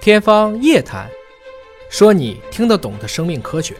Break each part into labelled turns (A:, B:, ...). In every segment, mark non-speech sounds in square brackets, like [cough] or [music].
A: 天方夜谭，说你听得懂的生命科学。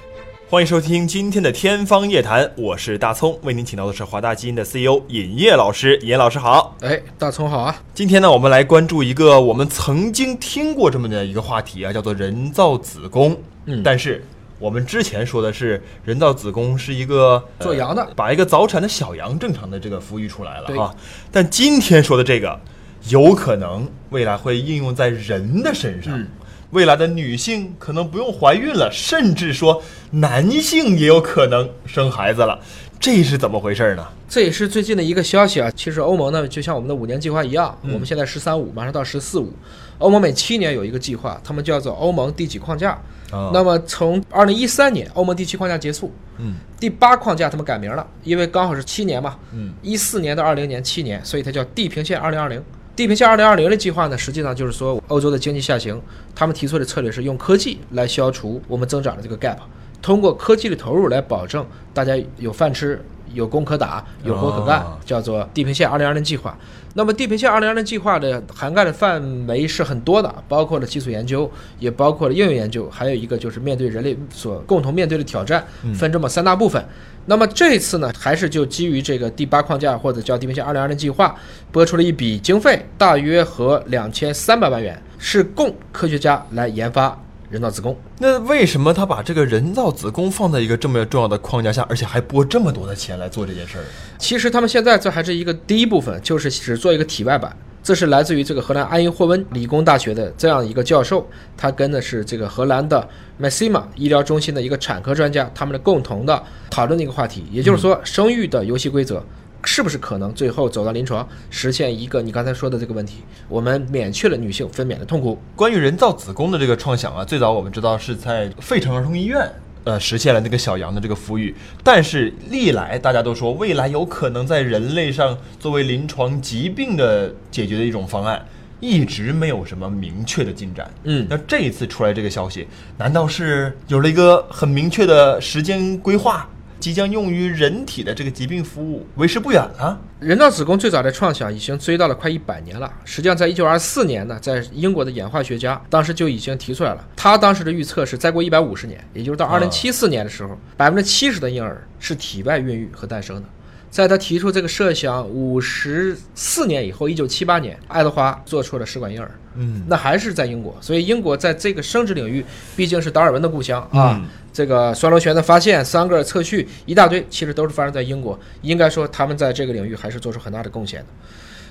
B: 欢迎收听今天的《天方夜谭》，我是大葱，为您请到的是华大基因的 CEO 尹烨老师。尹烨老师好，
A: 哎，大葱好啊！
B: 今天呢，我们来关注一个我们曾经听过这么的一个话题啊，叫做人造子宫。
A: 嗯
B: 但是我们之前说的是人造子宫是一个呃
A: 做羊的
B: 把一个早产的小羊正常的这个孵育出来了啊。但今天说的这个，有可能未来会应用在人的身上。
A: 嗯
B: 未来的女性可能不用怀孕了，甚至说男性也有可能生孩子了，这是怎么回事呢？
A: 这也是最近的一个消息啊。其实欧盟呢，就像我们的五年计划一样，我们现在“十三五”马上到“十四五”，欧盟每七年有一个计划，他们叫做欧盟第几框架。
B: 啊
A: 那么从二零一三年，欧盟第七框架结束，
B: 嗯
A: 第八框架他们改名了，因为刚好是七年嘛，
B: 嗯，
A: 一四年到二零年七年，所以它叫地平线二零二零。地平线二零二零的计划呢，实际上就是说欧洲的经济下行，他们提出的策略是用科技来消除我们增长的这个 gap，通过科技的投入来保证大家有饭吃、有工可打、有活可干，
B: 哦
A: 叫做地平线二零二零计划。那么地平线二零二零计划的涵盖的范围是很多的，包括了基础研究，也包括了应用研究，还有一个就是面对人类所共同面对的挑战，分这么三大部分。那么这次呢，还是就基于这个第八框架或者叫地平线二零二零计划，拨出了一笔经费，大约合两千三百万元，是供科学家来研发人造子宫。
B: 那为什么他把这个人造子宫放在一个这么重要的框架下，而且还拨这么多的钱来做这件事儿呢？
A: 其实他们现在这还是一个第一部分，就是只做一个体外版。这是来自于这个荷兰安因霍温理工大学的这样一个教授，他跟的是这个荷兰的 Massima 医疗中心的一个产科专家，他们的共同的讨论的一个话题，也就是说生育的游戏规则。是不是可能最后走到临床，实现一个你刚才说的这个问题？我们免去了女性分娩的痛苦。
B: 关于人造子宫的这个创想啊，最早我们知道是在费城儿童医院。呃，实现了那个小羊的这个孵育，但是历来大家都说，未来有可能在人类上作为临床疾病的解决的一种方案，一直没有什么明确的进展。
A: 嗯
B: 那这一次出来这个消息，难道是有了一个很明确的时间规划，即将用于人体的这个疾病服务为时不远了？
A: 人造子宫最早的创想已经追到了快一百年了。实际上，在一九二四年呢，在英国的演化学家当时就已经提出来了。他当时的预测是，再过一百五十年，也就是到二零七四年的时候，百分之七十的婴儿是体外孕育和诞生的。在他提出这个设想五十四年以后，一九七八年，爱德华做出了试管婴儿。
B: 嗯，
A: 那还是在英国，所以英国在这个生殖领域毕竟是达尔文的故乡啊。
B: 嗯
A: 这个双螺旋的发现、桑格尔测序一大堆，其实都是发生在英国。应该说，他们在这个领域还是做出很大的贡献的。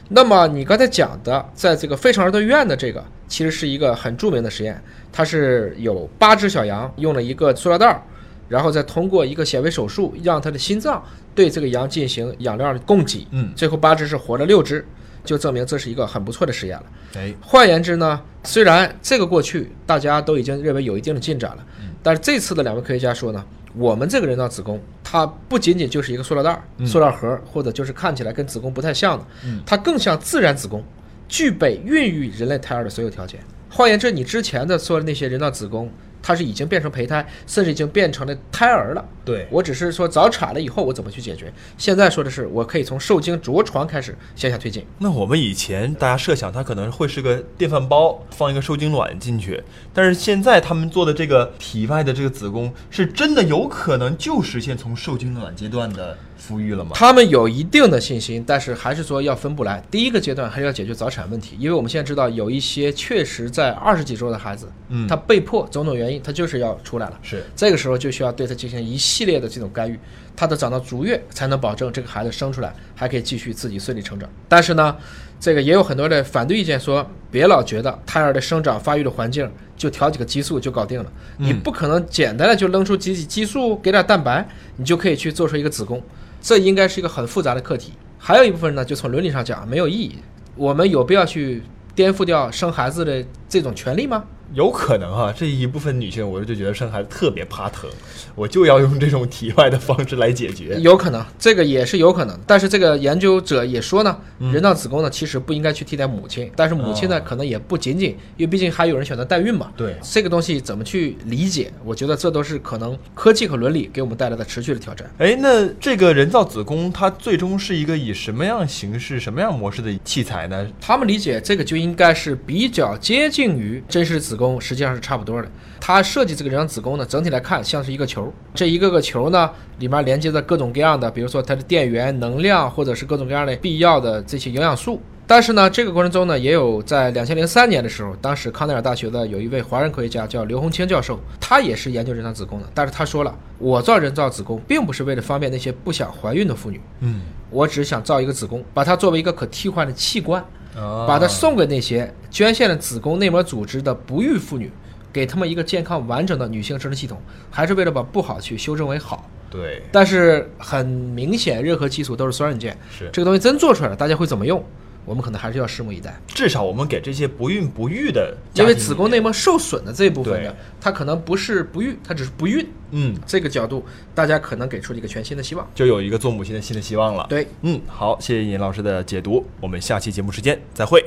A: 那么你刚才讲的，在这个费城儿童医院的这个，其实是一个很著名的实验，它是有八只小羊用了一个塑料袋儿，然后再通过一个显微手术，让它的心脏对这个羊进行养料的供给。
B: 嗯
A: 最后八只是活了六只，就证明这是一个很不错的实验了。
B: 哎，
A: 换言之呢，虽然这个过去大家都已经认为有一定的进展了，但是这次的两位科学家说呢，我们这个人造子宫，它不仅仅就是一个塑料袋儿、塑料盒儿，或者就是看起来跟子宫不太像的，它更像自然子宫，具备孕育人类胎儿的所有条件。换言之，你之前的说的那些人造子宫，它是已经变成胚胎，甚至已经变成了胎儿了。
B: 对，
A: 我只是说早产了以后我怎么去解决，现在说的是我可以从受精着床开始向下推进。
B: 那我们以前大家设想它可能会是个电饭煲，放一个受精卵进去，但是现在他们做的这个体外的这个子宫，是真的有可能就实现从受精卵阶段的孵育了吗？
A: 他们有一定的信心，但是还是说要分不来。第一个阶段还是要解决早产问题，因为我们现在知道有一些确实在二十几周的孩子，
B: 嗯
A: 他被迫种种原因，他就是要出来了。
B: 是
A: 这个时候就需要对他进行一系列的这种干预，他的长到足月才能保证这个孩子生出来还可以继续自己顺利成长。但是呢，这个也有很多的反对意见说，别老觉得胎儿的生长发育的环境就调几个激素就搞定了，你不可能简单的就扔出几几激素给点蛋白，你就可以去做出一个子宫，这应该是一个很复杂的课题。还有一部分呢，就从伦理上讲没有意义，我们有必要去颠覆掉生孩子的这种权利吗？
B: 有可能哈、这一部分女性，我就觉得生孩子特别怕疼，我就要用这种体外的方式来解决。
A: 有可能，这个也是有可能。但是这个研究者也说呢，人造子宫呢其实不应该去替代母亲，但是母亲呢、
B: 嗯哦
A: 可能也不仅仅，因为毕竟还有人选择代孕嘛。
B: 对
A: 这个东西怎么去理解？我觉得这都是可能科技和伦理给我们带来的持续的挑战。
B: [laughs] 哎，那这个人造子宫，它最终是一个以什么样形式、什么样模式的器材呢？
A: 他们理解这个就应该是比较接近于真实子子宫实际上是差不多的。它设计这个人像子宫呢，整体来看像是一个球，这一个个球呢里面连接着各种各样的，比如说它的电源、能量，或者是各种各样的必要的这些营养素。但是呢，这个过程中呢，也有在两千零三年的时候，当时康奈尔大学的有一位华人科学家叫刘洪清教授，他也是研究人造子宫的。但是他说了，我造人造子宫并不是为了方便那些不想怀孕的妇女，
B: 嗯，
A: 我只想造一个子宫，把它作为一个可替换的器官，
B: 啊
A: 把它送给那些捐献了子宫内膜组织的不育妇女，给他们一个健康完整的女性生殖系统，还是为了把不好去修正为好。
B: 对
A: 但是很明显，任何技术都是双刃剑，
B: 是，
A: 这个东西真做出来了，大家会怎么用？我们可能还是要拭目以待。
B: 至少我们给这些不孕不育的家
A: 因为
B: 庭
A: 子宫内膜受损的这一部分呢
B: 对，
A: 它可能不是不育，它只是不孕。
B: 嗯，
A: 这个角度，大家可能给出了一个全新的希望。
B: 就有一个做母亲的新的希望了。
A: 对，
B: 嗯，好，谢谢尹老师的解读，我们下期节目时间再会。